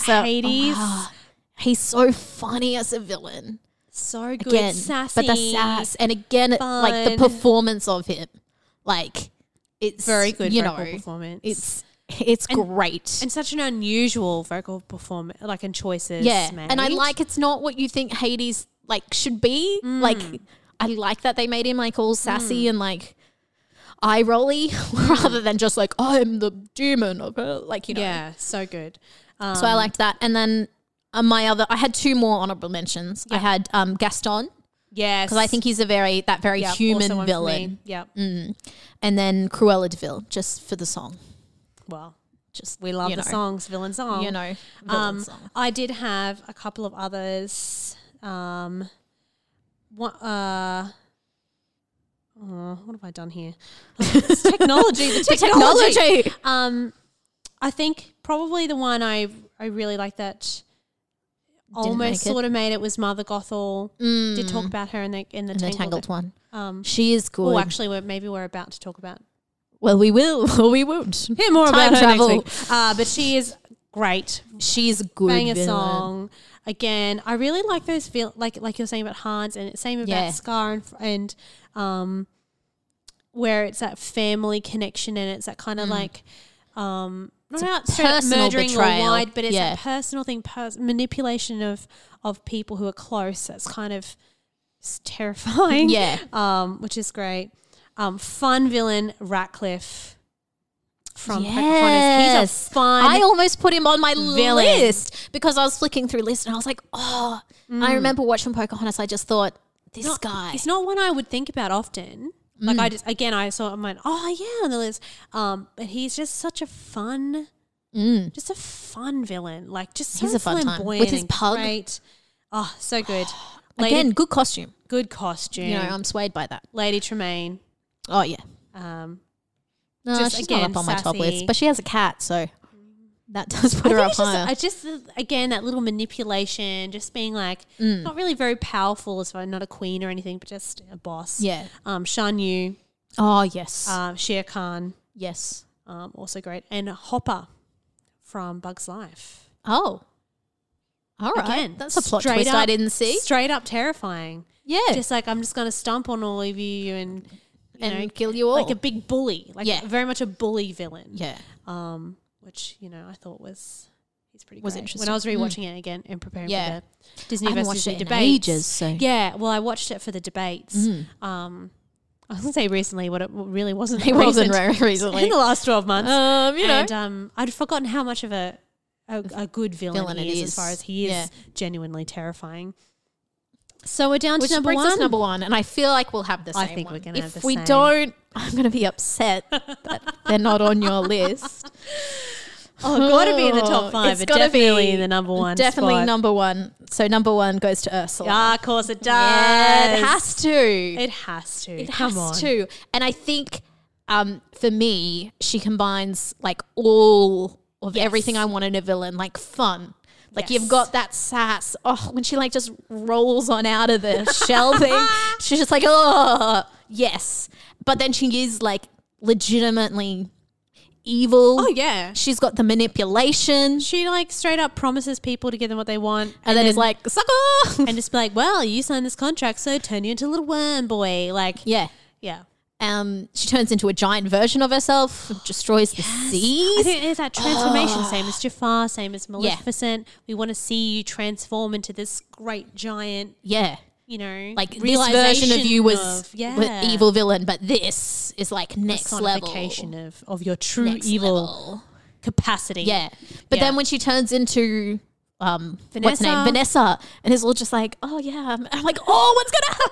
Speaker 2: So-
Speaker 1: Hades,
Speaker 2: oh, he's so funny as a villain
Speaker 1: so good,
Speaker 2: again,
Speaker 1: sassy,
Speaker 2: but the sass, and again, it- like the
Speaker 1: fun.
Speaker 2: performance of him, like it's
Speaker 1: very good
Speaker 2: You know,
Speaker 1: vocal performance.
Speaker 2: it's it's great.
Speaker 1: and such an unusual vocal performance, like in choices.
Speaker 2: yeah
Speaker 1: made.
Speaker 2: and i like it's not what you think hades like should be
Speaker 1: Mm.
Speaker 2: like i like that they made him like all sassy and like eye rolly rather than just like i'm the demon of her like you know
Speaker 1: Yeah, so good. Um,
Speaker 2: so i liked that and then uh, my other i had two more honorable mentions i had um gaston
Speaker 1: yes,
Speaker 2: because i think he's a very that very
Speaker 1: Yep, also one for
Speaker 2: human
Speaker 1: me.
Speaker 2: villain Mm.
Speaker 1: Yep.
Speaker 2: and then cruella deville just for the song
Speaker 1: Well,
Speaker 2: just
Speaker 1: We love
Speaker 2: you
Speaker 1: the
Speaker 2: know,
Speaker 1: songs, villain song.
Speaker 2: You know,
Speaker 1: Um,
Speaker 2: villain song.
Speaker 1: I did have a couple of others. Um, what? Uh, oh, what have I done here? It's technology. The technology.
Speaker 2: Technology.
Speaker 1: Um, I think probably the one I I really like that almost
Speaker 2: make it.
Speaker 1: sort of made it was Mother Gothel. Did talk about her in the in the,
Speaker 2: Mm. And the
Speaker 1: tangled,
Speaker 2: tangled one.
Speaker 1: Um,
Speaker 2: She is good.
Speaker 1: oh, actually, we're, maybe we're about to talk about
Speaker 2: well, we will or we won't.
Speaker 1: hear more
Speaker 2: Time
Speaker 1: about her
Speaker 2: travel.
Speaker 1: next week. Uh, but she is great.
Speaker 2: She's good.
Speaker 1: Bang a
Speaker 2: villain.
Speaker 1: song again. I really like those feel like like you're saying about Hans and same about
Speaker 2: Yeah.
Speaker 1: Scar and and um, where it's that family connection and it's that kind of like um, not out straight up
Speaker 2: Mm. personal
Speaker 1: murdering
Speaker 2: betrayal.
Speaker 1: or wide, but it's
Speaker 2: Yeah.
Speaker 1: that personal thing, pers- manipulation of of people who are close. That's kind of s- terrifying.
Speaker 2: Yeah.
Speaker 1: um, which is great. Um, fun villain Ratcliffe from Pocahontas. He's
Speaker 2: Yes.
Speaker 1: a fun.
Speaker 2: I almost put him on my
Speaker 1: villain.
Speaker 2: list because I was flicking through lists and I was like, oh, I remember watching Pocahontas. I just thought, this
Speaker 1: not-
Speaker 2: guy.
Speaker 1: It's not one I would think about often. Like
Speaker 2: Mm.
Speaker 1: I just again I saw it and went, oh yeah, on the list. Um, but he's just such a fun,
Speaker 2: Mm.
Speaker 1: just a fun villain. Like just so
Speaker 2: He's a fun time.
Speaker 1: flamboyant
Speaker 2: With his
Speaker 1: and
Speaker 2: pug.
Speaker 1: Great. Oh, so good. Lady,
Speaker 2: Again, good costume.
Speaker 1: good costume.
Speaker 2: You know, I'm swayed by that.
Speaker 1: Lady Tremaine.
Speaker 2: Oh, yeah.
Speaker 1: Um,
Speaker 2: No,
Speaker 1: Just
Speaker 2: she's
Speaker 1: again,
Speaker 2: not up on my top
Speaker 1: sassy.
Speaker 2: list, but she has a cat, so that does
Speaker 1: I
Speaker 2: put
Speaker 1: think
Speaker 2: her up
Speaker 1: it's just,
Speaker 2: higher.
Speaker 1: I just uh, again that little manipulation, just being like
Speaker 2: Mm.
Speaker 1: not really very powerful as far not a queen or anything, but just a boss.
Speaker 2: yeah.
Speaker 1: Um, Shan Yu,
Speaker 2: Oh, yes.
Speaker 1: um, Shere Khan.
Speaker 2: yes.
Speaker 1: um, also great. And Hopper from Bugs Life.
Speaker 2: Oh. All right.
Speaker 1: Again,
Speaker 2: That's a plot
Speaker 1: straight
Speaker 2: twist I
Speaker 1: up-
Speaker 2: didn't see.
Speaker 1: Straight up terrifying.
Speaker 2: yeah.
Speaker 1: Just like I'm just going to stomp on all of you and you
Speaker 2: and
Speaker 1: know,
Speaker 2: kill you all.
Speaker 1: like a big bully, like
Speaker 2: Yeah.
Speaker 1: very much a bully villain.
Speaker 2: yeah.
Speaker 1: Um, which you know I thought was he's pretty
Speaker 2: Was
Speaker 1: great.
Speaker 2: interesting. Mm.
Speaker 1: When I was rewatching it again and preparing
Speaker 2: Yeah.
Speaker 1: for the Disney
Speaker 2: I haven't
Speaker 1: versus
Speaker 2: watched
Speaker 1: Disney
Speaker 2: it in
Speaker 1: debates.
Speaker 2: ages, Mm-hmm. so- Mm.
Speaker 1: yeah, well I watched it for the debates. Um, I was gonna say recently, but it really wasn't.
Speaker 2: It wasn't
Speaker 1: recent.
Speaker 2: very
Speaker 1: in
Speaker 2: recently.
Speaker 1: the last twelve months.
Speaker 2: Um, you know.
Speaker 1: and um, I'd forgotten how much of a a, a good villain,
Speaker 2: Villain
Speaker 1: he
Speaker 2: it
Speaker 1: is,
Speaker 2: is.
Speaker 1: as far as he is
Speaker 2: Yeah.
Speaker 1: genuinely terrifying. So we're down
Speaker 2: Which
Speaker 1: to number
Speaker 2: brings
Speaker 1: one.
Speaker 2: us number one, and I feel like we'll have the
Speaker 1: I
Speaker 2: same.
Speaker 1: think
Speaker 2: one.
Speaker 1: we're gonna
Speaker 2: If
Speaker 1: have the
Speaker 2: we
Speaker 1: same.
Speaker 2: don't, I'm gonna be upset that they're not on your list.
Speaker 1: oh, gotta be in the top
Speaker 2: Oh,
Speaker 1: five,
Speaker 2: it's
Speaker 1: but
Speaker 2: gotta
Speaker 1: definitely
Speaker 2: be-
Speaker 1: in the number one.
Speaker 2: Definitely
Speaker 1: spot.
Speaker 2: number one. So number one goes to Ursula.
Speaker 1: Ah, of course it does.
Speaker 2: Yeah, it has to. It,
Speaker 1: It has to.
Speaker 2: has
Speaker 1: Come on.
Speaker 2: to. And I think um, for me, she combines like all of everything I want in a villain, like fun. Like
Speaker 1: Yes.
Speaker 2: you've got that sass. Oh, when she like just rolls on out of the shell thing, she's just like, oh yes. But then she is like legitimately evil.
Speaker 1: Oh yeah.
Speaker 2: She's got the manipulation.
Speaker 1: She like straight up promises people to give them what they want, and,
Speaker 2: and then it's like, sucker.
Speaker 1: and just be like, "Well, you signed this contract, so turn you into a little worm boy." Like,
Speaker 2: yeah.
Speaker 1: yeah.
Speaker 2: Um, she turns into a giant version of herself, destroys the
Speaker 1: I
Speaker 2: seas.
Speaker 1: think there's that transformation, same as Jafar, same as Maleficent. We want to see you transform into this great giant,
Speaker 2: yeah.
Speaker 1: you know,
Speaker 2: Like this version of you was,
Speaker 1: of- yeah,
Speaker 2: was evil villain, but this is like next level.
Speaker 1: personification of of your true
Speaker 2: Next
Speaker 1: evil
Speaker 2: level.
Speaker 1: capacity.
Speaker 2: Yeah. But
Speaker 1: Yeah.
Speaker 2: then when she turns into um what's her name?
Speaker 1: Vanessa.
Speaker 2: Vanessa. And it's all just like, oh yeah. I'm- I'm like, oh, what's gonna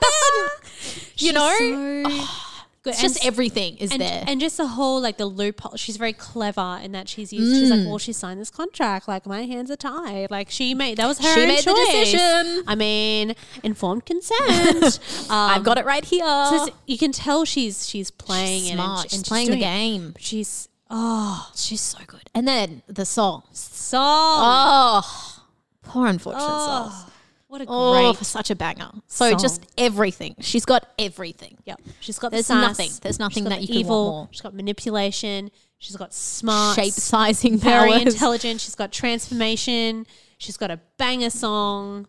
Speaker 2: happen? you know?
Speaker 1: good.
Speaker 2: it's
Speaker 1: and-
Speaker 2: just everything is
Speaker 1: and,
Speaker 2: there.
Speaker 1: and just the whole like the loophole. She's very clever in that she's used. She's
Speaker 2: Mm.
Speaker 1: like, well, she signed this contract. Like my hands are tied. Like she made that was her.
Speaker 2: She
Speaker 1: own
Speaker 2: made the
Speaker 1: choice.
Speaker 2: decision.
Speaker 1: I mean, informed consent.
Speaker 2: I've got it right here.
Speaker 1: um, So it's- you can tell she's she's playing
Speaker 2: Oh. She's
Speaker 1: it
Speaker 2: smart.
Speaker 1: and,
Speaker 2: she's
Speaker 1: and
Speaker 2: playing the
Speaker 1: doing it.
Speaker 2: game.
Speaker 1: She's oh
Speaker 2: She's so good. And then the songs.
Speaker 1: so
Speaker 2: Oh, poor unfortunate souls.
Speaker 1: what a
Speaker 2: Oh,
Speaker 1: great
Speaker 2: such a banger. So just
Speaker 1: song.
Speaker 2: everything. She's got everything.
Speaker 1: yep. She's got
Speaker 2: There's
Speaker 1: the sass,
Speaker 2: nothing- there's
Speaker 1: she's
Speaker 2: nothing
Speaker 1: got
Speaker 2: that
Speaker 1: the
Speaker 2: you could want
Speaker 1: evil,
Speaker 2: more.
Speaker 1: She's got manipulation. She's got smart,
Speaker 2: Shape sizing
Speaker 1: very
Speaker 2: powers.
Speaker 1: intelligent. She's got transformation. She's got a banger song,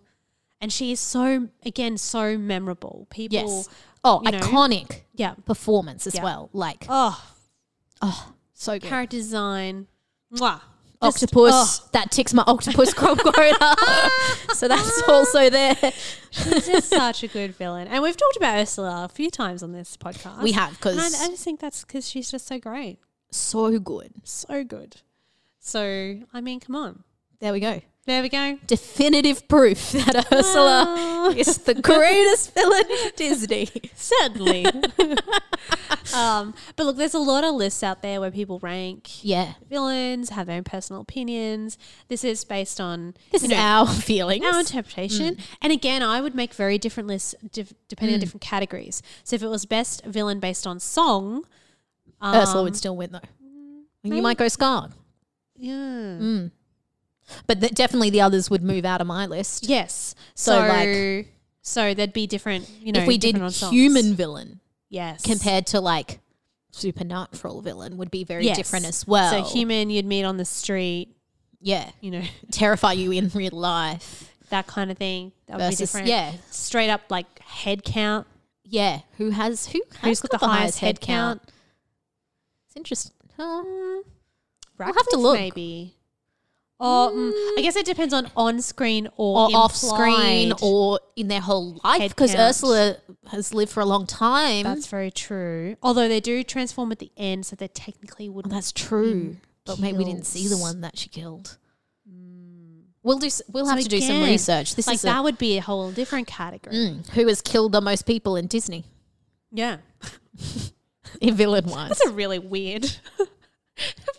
Speaker 1: and she is so again so memorable. People,
Speaker 2: Yes. Oh,
Speaker 1: you know.
Speaker 2: iconic
Speaker 1: yeah.
Speaker 2: performance as
Speaker 1: Yeah.
Speaker 2: well. Like
Speaker 1: Oh,
Speaker 2: so good.
Speaker 1: character design, mwah. Just-
Speaker 2: octopus
Speaker 1: oh.
Speaker 2: that ticks my octopus crop quota. so that's also there.
Speaker 1: She's just such a good villain. And we've talked about Ursula a few times on this podcast.
Speaker 2: We have, 'cause-
Speaker 1: And I, I just think that's because she's just so great.
Speaker 2: So good.
Speaker 1: So good. So, I mean, come on.
Speaker 2: There we go.
Speaker 1: There we go.
Speaker 2: Definitive proof that Ursula
Speaker 1: Wow.
Speaker 2: is the greatest villain in Disney.
Speaker 1: Certainly. um, but look, there's a lot of lists out there where people rank
Speaker 2: Yeah.
Speaker 1: villains, have their own personal opinions. This is based on
Speaker 2: This
Speaker 1: you
Speaker 2: is
Speaker 1: know,
Speaker 2: our Mm. feelings.
Speaker 1: our interpretation. And again, I would make very different lists dif- depending on
Speaker 2: Mm.
Speaker 1: different categories. So if it was best villain based on song, um,
Speaker 2: Ursula would still win though. And you might go Scar.
Speaker 1: yeah, Mm.
Speaker 2: But th- definitely the others would move out of my list.
Speaker 1: yes. So,
Speaker 2: So,
Speaker 1: so
Speaker 2: like-
Speaker 1: there'd be different. You know,
Speaker 2: if we did
Speaker 1: different ensembles.
Speaker 2: human villain
Speaker 1: yes,
Speaker 2: compared to like supernatural villain would be very
Speaker 1: Yes.
Speaker 2: different as well.
Speaker 1: So human, you'd meet on the street.
Speaker 2: yeah,
Speaker 1: You know,
Speaker 2: terrify you in real life
Speaker 1: that kind of thing. That would be
Speaker 2: versus
Speaker 1: different.
Speaker 2: yeah,
Speaker 1: straight up like head count.
Speaker 2: yeah. Who has who?
Speaker 1: Who's got, the, highest head count?
Speaker 2: It's interesting. Um,
Speaker 1: We'll
Speaker 2: have to look.
Speaker 1: Maybe. Or mm, I guess it depends on on screen or,
Speaker 2: or off screen
Speaker 1: implied.
Speaker 2: or in their whole life
Speaker 1: Head
Speaker 2: because
Speaker 1: count.
Speaker 2: Ursula has lived for a long time.
Speaker 1: That's very true. Although they do transform at the end, so they technically
Speaker 2: Well,
Speaker 1: wouldn't.
Speaker 2: Oh, that's true. But maybe we didn't see the
Speaker 1: kills.
Speaker 2: one that she killed. We'll do. s- We'll
Speaker 1: Mm. So
Speaker 2: have to do some
Speaker 1: again,
Speaker 2: research. This
Speaker 1: like
Speaker 2: is a-
Speaker 1: that would be a whole different category.
Speaker 2: Mm, who has killed the most people in Disney,
Speaker 1: Yeah,
Speaker 2: in villain wise.
Speaker 1: that's a really weird,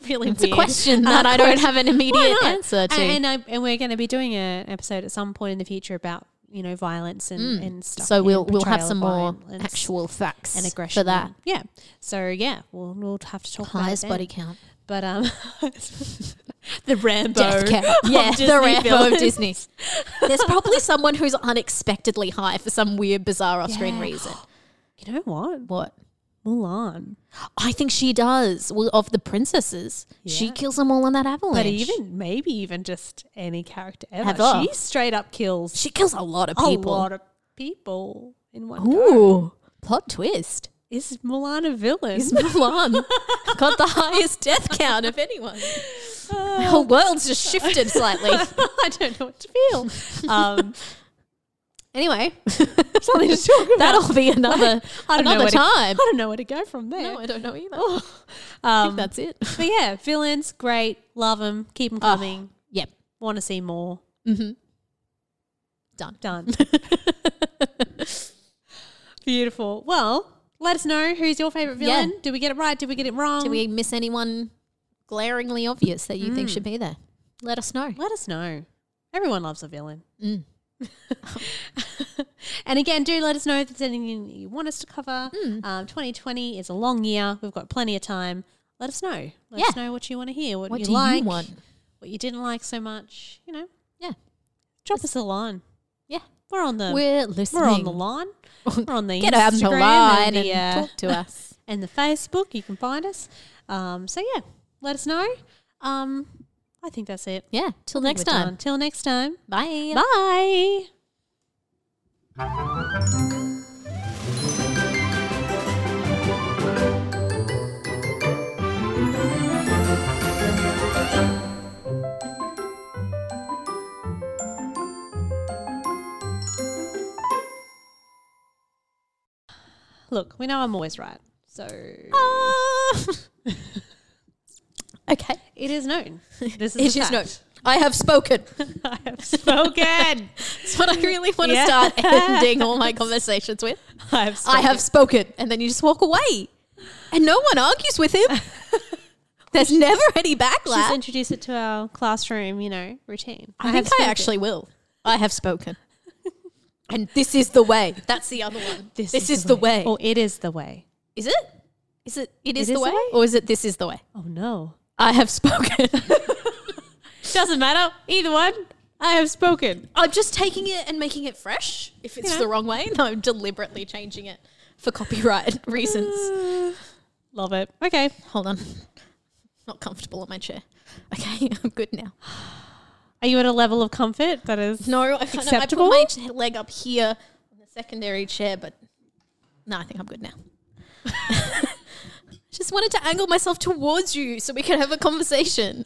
Speaker 1: really
Speaker 2: It's a
Speaker 1: weird
Speaker 2: question
Speaker 1: uh,
Speaker 2: that I don't
Speaker 1: question.
Speaker 2: have an immediate
Speaker 1: not?
Speaker 2: answer to.
Speaker 1: And, and, I, and we're going to be doing an episode at some point in the future about you know violence and, and stuff.
Speaker 2: Mm. so
Speaker 1: and
Speaker 2: we'll we'll have
Speaker 1: portrayal of
Speaker 2: some more
Speaker 1: violence
Speaker 2: actual facts
Speaker 1: and aggression
Speaker 2: for that.
Speaker 1: and- Yeah. So yeah, we'll we'll have to talk
Speaker 2: Highest
Speaker 1: about
Speaker 2: body
Speaker 1: it. then.
Speaker 2: count,
Speaker 1: But um, the Rambo,
Speaker 2: death count,
Speaker 1: of
Speaker 2: yeah, the
Speaker 1: Disney
Speaker 2: Rambo
Speaker 1: villains.
Speaker 2: of Disney. There's probably someone who's unexpectedly high for some weird, bizarre off-screen
Speaker 1: Yeah.
Speaker 2: reason.
Speaker 1: You know what?
Speaker 2: What?
Speaker 1: Mulan.
Speaker 2: I think she does. Well, of the princesses, she
Speaker 1: Yeah.
Speaker 2: kills them all in that avalanche.
Speaker 1: But even maybe even just any character ever,
Speaker 2: Ever.
Speaker 1: she straight up kills
Speaker 2: she kills a lot of
Speaker 1: a
Speaker 2: people.
Speaker 1: lot of people in one go.
Speaker 2: Ooh, plot twist.
Speaker 1: Is Mulan a villain?
Speaker 2: Is Mulan got the highest death count of anyone?
Speaker 1: Uh,
Speaker 2: The whole world's just shifted slightly.
Speaker 1: I don't know what to feel. Um,
Speaker 2: Anyway,
Speaker 1: something to talk about.
Speaker 2: that'll be another
Speaker 1: I don't know
Speaker 2: another
Speaker 1: where to-
Speaker 2: time.
Speaker 1: I don't know where to go from there.
Speaker 2: no, I don't know either. I
Speaker 1: Um,
Speaker 2: think that's it.
Speaker 1: but yeah, villains, great. Love them. Keep them coming.
Speaker 2: Yep,
Speaker 1: Want to see more.
Speaker 2: done.
Speaker 1: Done. Beautiful. Well, let us know who's your favorite
Speaker 2: Yeah.
Speaker 1: villain. Did we get it right? Did we get it wrong?
Speaker 2: Did we miss anyone glaringly obvious that you think
Speaker 1: Hmm.
Speaker 2: should be there? Let us know.
Speaker 1: Let us know. Everyone loves a villain.
Speaker 2: Mm.
Speaker 1: and again, do let us know if there's anything you want us to cover.
Speaker 2: Mm.
Speaker 1: Um, 2020 is a long year. We've got plenty of time. Let us know. Let us
Speaker 2: Yeah.
Speaker 1: know what you want to hear, what,
Speaker 2: What
Speaker 1: you
Speaker 2: do
Speaker 1: like,
Speaker 2: you want?
Speaker 1: what you didn't like so much. You know,
Speaker 2: Yeah,
Speaker 1: drop us a line.
Speaker 2: yeah.
Speaker 1: We're on the
Speaker 2: We're listening.
Speaker 1: Um, we're on the line. We're on the
Speaker 2: Get out the
Speaker 1: Instagram
Speaker 2: line
Speaker 1: and the,
Speaker 2: and
Speaker 1: uh,
Speaker 2: talk to us.
Speaker 1: and the Facebook. You can find us. Um, so yeah, let us know. Um, I think that's it.
Speaker 2: Yeah. Till next time.
Speaker 1: Till next time.
Speaker 2: Bye.
Speaker 1: Bye. Look, we know I'm always right. So
Speaker 2: Ah. okay.
Speaker 1: it is known. This
Speaker 2: It
Speaker 1: is
Speaker 2: is
Speaker 1: a fact.
Speaker 2: known. I have spoken.
Speaker 1: I have spoken.
Speaker 2: That's what I really want to
Speaker 1: Yes.
Speaker 2: start ending all my conversations with.
Speaker 1: I have
Speaker 2: I have spoken. And then you just walk away. And no one argues with him. There's never any
Speaker 1: Let's
Speaker 2: backlash.
Speaker 1: introduce it to our classroom, you know, routine.
Speaker 2: I,
Speaker 1: have
Speaker 2: think I
Speaker 1: spoken.
Speaker 2: actually will. I have spoken. and this is the way. That's the other one. This, is, the way.
Speaker 1: Or it is the way.
Speaker 2: is it? Is it? It is,
Speaker 1: is
Speaker 2: the,
Speaker 1: the
Speaker 2: way?
Speaker 1: way?
Speaker 2: Or is it? This is the way.
Speaker 1: Oh no.
Speaker 2: I have spoken.
Speaker 1: Doesn't matter. Either one. I have spoken.
Speaker 2: I'm just taking it and making it fresh. If it's
Speaker 1: Yeah.
Speaker 2: the wrong way, no, I'm deliberately changing it for copyright reasons.
Speaker 1: Love it. Okay.
Speaker 2: Hold on. Not comfortable on my chair. Okay, I'm good now.
Speaker 1: Are you at a level of comfort that is
Speaker 2: No, I, kind of, I put
Speaker 1: Acceptable?
Speaker 2: my ch- leg up here on the secondary chair, but no, I think I'm good now. just wanted to angle myself towards you so we could have a conversation.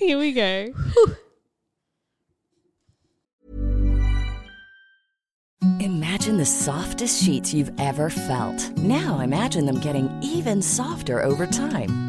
Speaker 1: Here we go.
Speaker 3: Imagine the softest sheets you've ever felt. Now imagine them getting even softer over time.